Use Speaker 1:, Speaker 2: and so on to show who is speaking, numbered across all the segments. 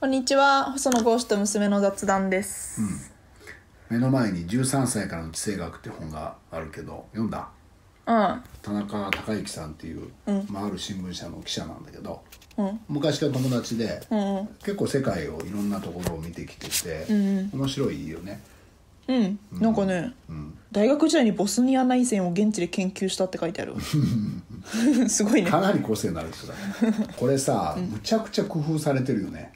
Speaker 1: こんにちは細野剛志と娘の雑談です、
Speaker 2: 目の前に「13歳からの地政学」って本があるけど読んだ
Speaker 1: うん
Speaker 2: 田中孝之さんっていう、まあ、ある新聞社の記者なんだけど、
Speaker 1: うん
Speaker 2: 昔から友達で、結構世界をいろんなところを見てきてて、面白いよね
Speaker 1: うん、なんかね、大学時代にボスニア内戦を現地で研究したって書いてある すごいね
Speaker 2: かなり個性のある人だねこれさ、むちゃくちゃ工夫されてるよね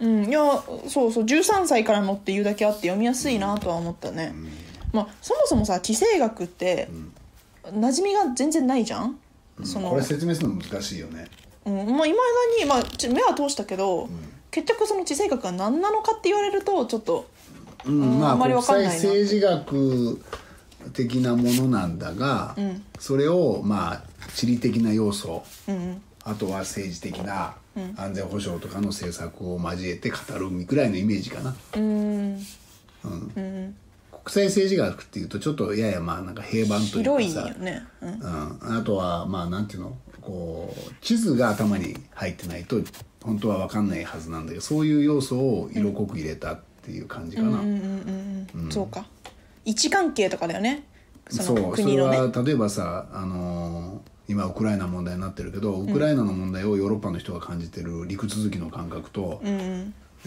Speaker 1: うんいやそうそう13歳からのっていうだけあって読みやすいなとは思ったね、まあそもそもさ地政学って、馴染みが全然ないじゃん、その
Speaker 2: これ説明するの難しいよね
Speaker 1: うんまあ、いまだに、まあ、ち目は通したけど、結局その地政学が何なのかって言われるとちょっと
Speaker 2: うんま
Speaker 1: あ
Speaker 2: あ
Speaker 1: んまり
Speaker 2: 国
Speaker 1: わかんない
Speaker 2: 際
Speaker 1: な
Speaker 2: 政治学的なものなんだが、それをまあ地理的な要素、あとは政治的な安全保障とかの政策を交えて語るぐらいのイメージかな。国際政治学っていうとちょっとややまあなんか平板というか
Speaker 1: 広いよ
Speaker 2: さ
Speaker 1: ね、うん、
Speaker 2: うん、あとはまあなんていうのこう地図が頭に入ってないと本当は分かんないはずなんだけどそういう要素を色濃く入れたっていう感じかな。
Speaker 1: そうか位置関係とかだよねそ
Speaker 2: そ
Speaker 1: の
Speaker 2: うそ
Speaker 1: 国
Speaker 2: れ
Speaker 1: のね
Speaker 2: は例えばさ、あのー今ウクライナ問題になってるけどウクライナの問題をヨーロッパの人が感じてる陸続きの感覚と、日本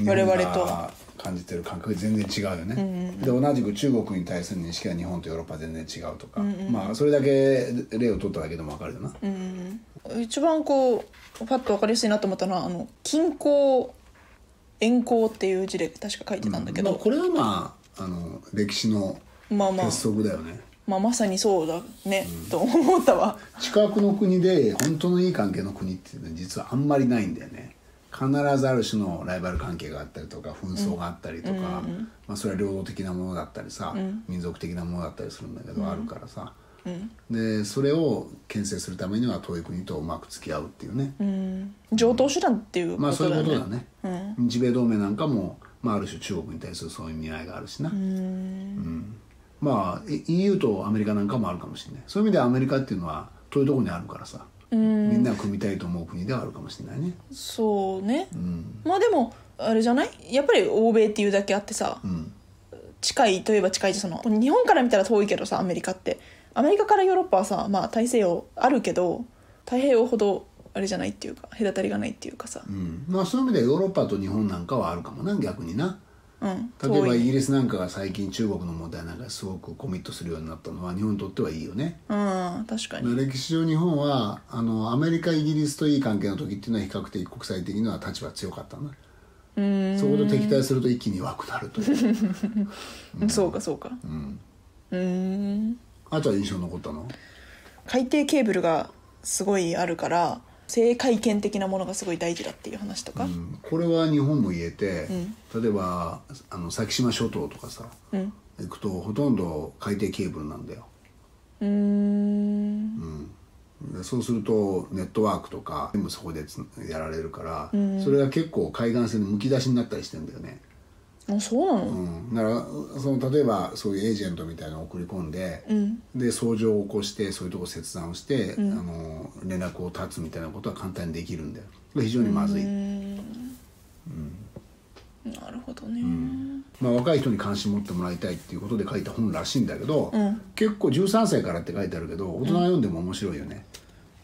Speaker 1: 我々と
Speaker 2: が感じてる感覚が全然違うよね、で同じく中国に対する認識は日本とヨーロッパは全然違うとか、まあそれだけ例を取っただけでも分かるよな、
Speaker 1: 一番こうパッと分かりやすいなと思ったのはあの均衡円衡っていう字で確か書いてたんだけ
Speaker 2: まあ、
Speaker 1: ど、
Speaker 2: これはまああの歴史の
Speaker 1: まあまあ、
Speaker 2: 鉄則だよね、
Speaker 1: まあ、まさにそうだね、と思ったわ
Speaker 2: 近くの国で本当のいい関係の国っていうのは実はあんまりないんだよね必ずある種のライバル関係があったりとか紛争があったりとか、まあ、それは領土的なものだったりさ、民族的なものだったりするんだけど、あるからさ、でそれを牽制するためには遠い国とうまく付き合うっていうね、
Speaker 1: 上等手段っていうこ
Speaker 2: まあそう
Speaker 1: と
Speaker 2: い
Speaker 1: だ
Speaker 2: う
Speaker 1: よ
Speaker 2: こと
Speaker 1: ね
Speaker 2: だね、日米同盟なんかも、まあ、ある種中国に対するそういう意味合いがあるしな、うんまあ E- EU とアメリカなんかもあるかもしれないそういう意味ではアメリカっていうのは遠いところにあるからさ、みんなが組みたいと思う国ではあるかもしれないね
Speaker 1: そうね、まあでもあれじゃないやっぱり欧米っていうだけあってさ、近いといえば近いしその日本から見たら遠いけどさアメリカってアメリカからヨーロッパはさ、まあ、大西洋あるけど太平洋ほどあれじゃないっていうか隔たりがないっていうかさ、
Speaker 2: うんまあそういう意味ではヨーロッパと日本なんかはあるかもな逆にな
Speaker 1: うん、
Speaker 2: 例えば
Speaker 1: 遠
Speaker 2: イ
Speaker 1: い
Speaker 2: ギリスなんかが最近中国の問題なんかにすごくコミットするようになったのは日本にとってはいいよね
Speaker 1: うん確かに
Speaker 2: 歴史上日本はあのアメリカイギリスといい関係の時っていうのは比較的国際的には立場強かったなそこと敵対すると一気に弱くなるという
Speaker 1: うんそうかそうか
Speaker 2: あとは印象に残ったの
Speaker 1: 海底ケーブルがすごいあるから制海権的なものがすごい大事だっていう話とか、
Speaker 2: うんこれは日本も言えて、例えばあの先島諸島とかさ、行くとほとんど海底ケーブルなんだようんでそうするとネットワークとか全部そこでつやられるから、それが結構海岸線のむき出しになったりしてんだよね、
Speaker 1: あそうなの、
Speaker 2: うん、だからその例えばそういうエージェントみたいなのを送り込んで、で相乗を起こしてそういうとこ切断をして、あの連絡を断つみたいなことは簡単にできるんだよこれ非常にまずい、
Speaker 1: なるほどね、
Speaker 2: まあ、若い人に関心持ってもらいたいっていうことで書いた本らしいんだけど、結構13歳からって書いてあるけど大人が読んでも面白いよね。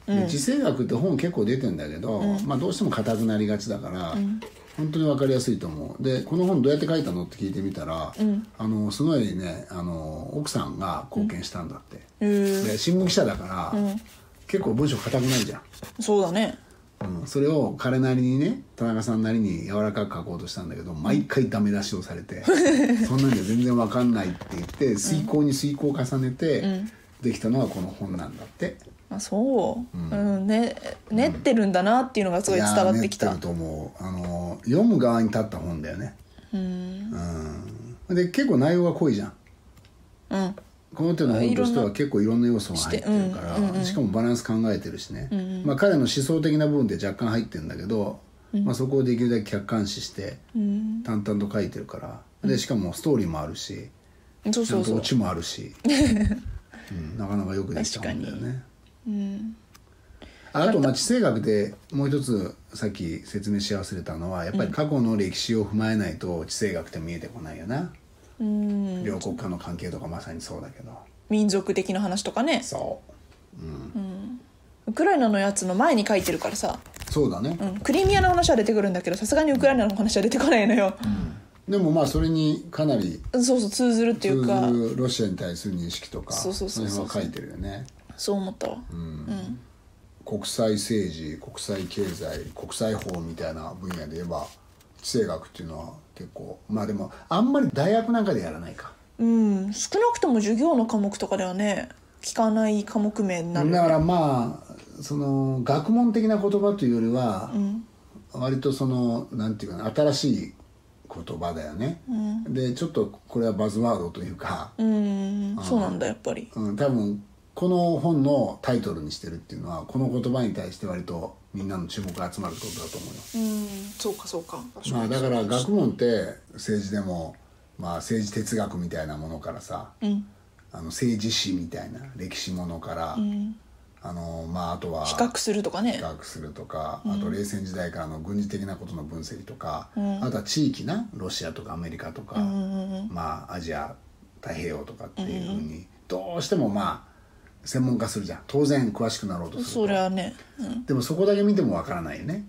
Speaker 2: で地政学って本結構出てんだけど、まあ、どうしても硬くなりがちだから、本当に分かりやすいと思うでこの本どうやって書いたのって聞いてみたら、あのすごいねあの奥さんが貢献したんだって、で新聞記者だから、結構文章硬くなるじゃん、
Speaker 1: そうだね
Speaker 2: うん、それを彼なりにね田中さんなりに柔らかく書こうとしたんだけど毎回ダメ出しをさ れてそんなんじゃ全然わかんないって言って遂行に遂行を重ねて、できたのがこの本なんだって。
Speaker 1: あそう、うんね練ってるんだなっていうのがすごい伝わってき
Speaker 2: い
Speaker 1: た
Speaker 2: やー練ると思うあの読む側に立った本だよねうんで結構内容が濃いじゃん
Speaker 1: うん
Speaker 2: この手の本としては結構いろんな要素が入ってるから、しかもバランス考えてるしね、まあ、彼の思想的な部分で若干入ってるんだけど、まあ、そこをできるだけ客観視して淡々と書いてるから、でしかもストーリーもあるし
Speaker 1: そう
Speaker 2: ち
Speaker 1: そ
Speaker 2: ゃ
Speaker 1: うん
Speaker 2: と
Speaker 1: そ
Speaker 2: オ
Speaker 1: う
Speaker 2: チもあるし、うんなかなかよくできた本だよね。あとまあ地政学でもう一つさっき説明し忘れたのはやっぱり過去の歴史を踏まえないと地政学って見えてこないよな、
Speaker 1: うん
Speaker 2: 両国間の関係とかまさにそうだけど
Speaker 1: 民族的な話とかね
Speaker 2: そう
Speaker 1: ウクライナのやつの前に書いてるからさ、
Speaker 2: そうだね、
Speaker 1: うん、クリミアの話は出てくるんだけどさすがにウクライナの話は出てこないのよ、
Speaker 2: でもまあそれにかなり
Speaker 1: そうそう通ずるっていう
Speaker 2: 通
Speaker 1: か
Speaker 2: ずるロシアに対する認識とか
Speaker 1: そうそうそうそう
Speaker 2: の辺は書いてるよね
Speaker 1: そう思ったわ、
Speaker 2: 国際政治国際経済国際法みたいな分野で言えば地政学っていうのは結構まあでもあんまり大学なんかでやらないか
Speaker 1: うん、少なくとも授業の科目とかではね聞かない科目名にな
Speaker 2: だ
Speaker 1: る
Speaker 2: からまあその学問的な言葉というよりは、割とそのなんていうかな新しい言葉だよね、でちょっとこれはバズワードというか、
Speaker 1: うんそうなんだやっぱり
Speaker 2: うん、多分この本のタイトルにしてるっていうのはこの言葉に対して割とみんなの注目が集まるってことだと思うよ、
Speaker 1: うんそうかそうか
Speaker 2: まあ、だから学問って政治でも、まあ、政治哲学みたいなものからさ、
Speaker 1: ん
Speaker 2: あの政治史みたいな歴史ものから、あのまあ、あとは
Speaker 1: 比較するとかね
Speaker 2: 比較するとかあと冷戦時代からの軍事的なことの分析とか、あとは地域なロシアとかアメリカとか、まあアジア太平洋とかっていうふうにどうしてもまあ専門化するじゃん当然詳しくなろうとする
Speaker 1: それはね、うん、
Speaker 2: でもそこだけ見てもわからないよね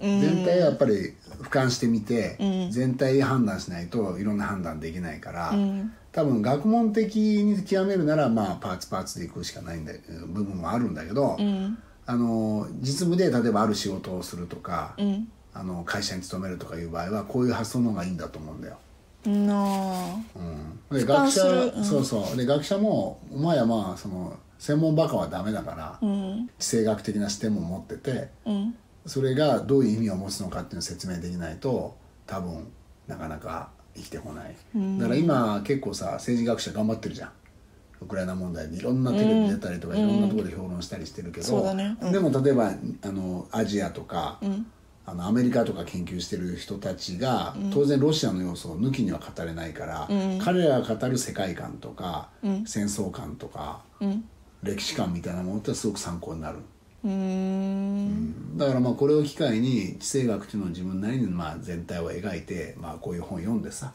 Speaker 2: 全体はやっぱり俯瞰してみて、全体で判断しないといろんな判断できないから、多分学問的に極めるならまあパーツパーツでいくしかないんだ部分もあるんだけど、あの実務で例えばある仕事をするとか、あの会社に勤めるとかいう場合はこういう発想の方がいいんだと思うんだよ。
Speaker 1: なあ
Speaker 2: うん、で学
Speaker 1: 瞰
Speaker 2: 者
Speaker 1: する、
Speaker 2: そうそうで学者もお前はまあその専門バカはダメだから、地政学的な視点も持ってて、それがどういう意味を持つのかっていうのを説明できないと多分なかなか生きてこない、だから今結構さ政治学者頑張ってるじゃんウクライナ問題でいろんなテレビ出たりとか、いろんなところで評論したりしてるけど、
Speaker 1: そうだねうん
Speaker 2: でも例えばあのアジアとか、あのアメリカとか研究してる人たちが、当然ロシアの要素を抜きには語れないから、彼らが語る世界観とか、戦争観とか、歴史観みたいなものってすごく参考になる。
Speaker 1: うーん
Speaker 2: だからまあこれを機会に地政学っていうのを自分なりにまあ全体を描いて、まあ、こういう本読んでさ、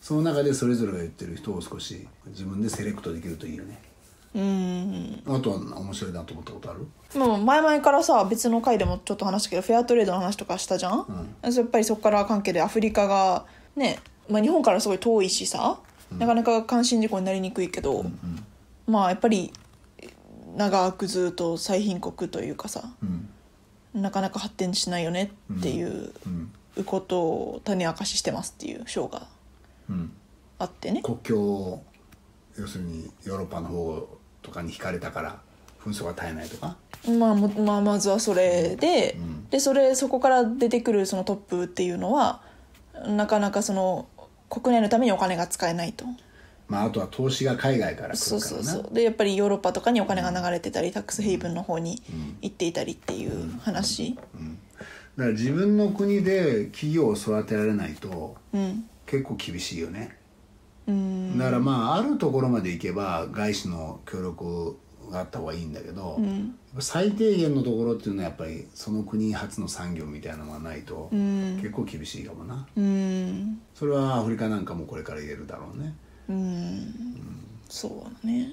Speaker 2: その中でそれぞれが言ってる人を少し自分でセレクトできるといいよね
Speaker 1: うん
Speaker 2: あとは面白いなと思ったことある
Speaker 1: もう前々からさ別の回でもちょっと話したけどフェアトレードの話とかしたじゃん、そうやっぱりそこから関係でアフリカがね、まあ、日本からすごい遠いしさ、なかなか関心事項になりにくいけど、まあやっぱり長くずっと最貧国というかさ
Speaker 2: うん
Speaker 1: なかなか発展しないよねっていう
Speaker 2: うん
Speaker 1: ことを種明かししてますっていう章が
Speaker 2: うん
Speaker 1: あってね
Speaker 2: 国境を要するにヨーロッパの方とかに引かれたから紛争が絶えないとか
Speaker 1: まあ、もまあまずはそれで,、
Speaker 2: うん
Speaker 1: でそれそこから出てくるそのトップっていうのはなかなかその国内のためにお金が使えないと
Speaker 2: まああとは投資が海外から来るからな
Speaker 1: そうそうそうでやっぱりヨーロッパとかにお金が流れてたりタックスヘイブンの方に行っていたりっていう話
Speaker 2: だから自分の国で企業を育てられないと
Speaker 1: うん
Speaker 2: 結構厳しいよね
Speaker 1: うん
Speaker 2: だからまああるところまで行けば外資の協力があった方がいいんだけど、やっぱ最低限のところっていうのはやっぱりその国初の産業みたいなのがないと結構厳しいかもな、
Speaker 1: うん
Speaker 2: それはアフリカなんかもこれから言えるだろうね
Speaker 1: そうだね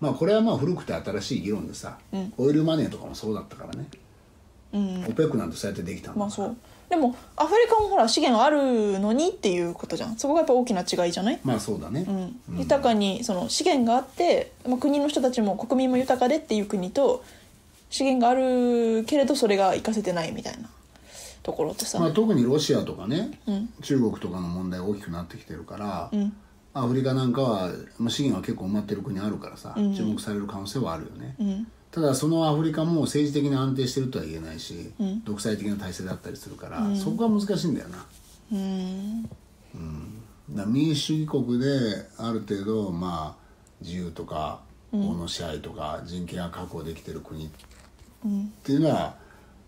Speaker 2: まあこれはまあ古くて新しい議論でさ、オイルマネーとかもそうだったからね、オペックなんてそうやってできたんだから
Speaker 1: まあそうでもアフリカもほら資源あるのにっていうことじゃんそこがやっぱ大きな違いじゃない
Speaker 2: まあそうだね、
Speaker 1: うん、豊かにその資源があって、まあ、国の人たちも国民も豊かでっていう国と資源があるけれどそれが活かせてないみたいなところとさ、
Speaker 2: まあ、特にロシアとかね、中国とかの問題が大きくなってきてるから、アフリカなんかはまあ資源は結構埋まってる国あるからさ、注目される可能性はあるよね、ただそのアフリカも政治的に安定してるとは言えないし、独裁的な体制だったりするから、そこが難しいんだよな、だから民主主義国である程度まあ自由とか法の支配とか人権が確保できてる国っていうのは、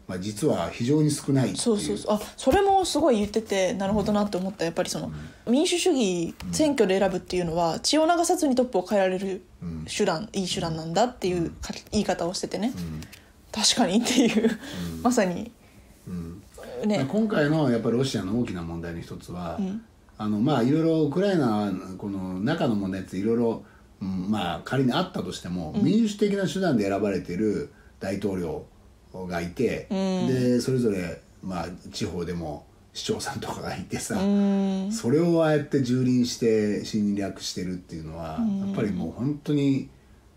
Speaker 2: まあ、実は非常に少ないっていう
Speaker 1: そうそうそうあそれもすごい言っててなるほどなって思ったやっぱりその、民主主義選挙で選ぶっていうのは血を流さずにトップを変えられる手段、いい手段なんだっていうか言い方をしててね、確かにっていう、 まさに、ね
Speaker 2: 今回のやっぱりロシアの大きな問題の一つは、あのまあいろいろウクライナのこの中の問題っていろいろ、うんまあ仮にあったとしても、民主的な手段で選ばれている大統領がいて、でそれぞれまあ地方でも市長さんとかがいてさ、それをああやって蹂躙して侵略してるっていうのは、やっぱりもう本当に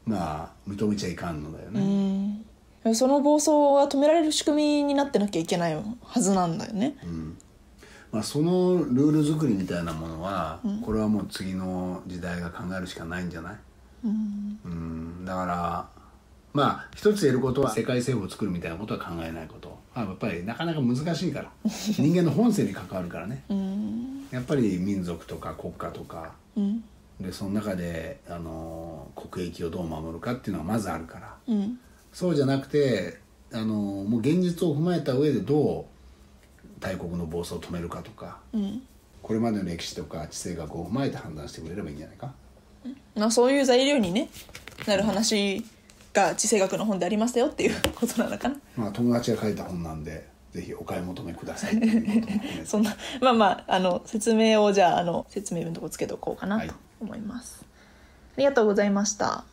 Speaker 2: まあ認めちゃいかんのだよね。
Speaker 1: その暴走が止められる仕組みになってなきゃいけないはずなんだよね、
Speaker 2: まあ、そのルール作りみたいなものは、これはもう次の時代が考えるしかないんじゃない、うんだからまあ一つ言えることは世界政府を作るみたいなことは考えないこと、まあ、やっぱりなかなか難しい から人間の本性に関わるからね、やっぱり民族とか国家とか、でその中であの国益をどう守るかっていうのはまずあるから。
Speaker 1: うん
Speaker 2: そうじゃなくてあのもう現実を踏まえた上でどう大国の暴走を止めるかとか、これまでの歴史とか地政学を踏まえて判断してくれればいいんじゃないか
Speaker 1: まあ、そういう材料に、ね、なる話が地政学の本でありますよっていうことなのかな
Speaker 2: まあ友達が書いた本なんでぜひお買い求めくださいっていうことも含めて
Speaker 1: そんなまあまああの説明をじゃああの説明文のとこつけておこうかな
Speaker 2: はい
Speaker 1: と思います、ありがとうございました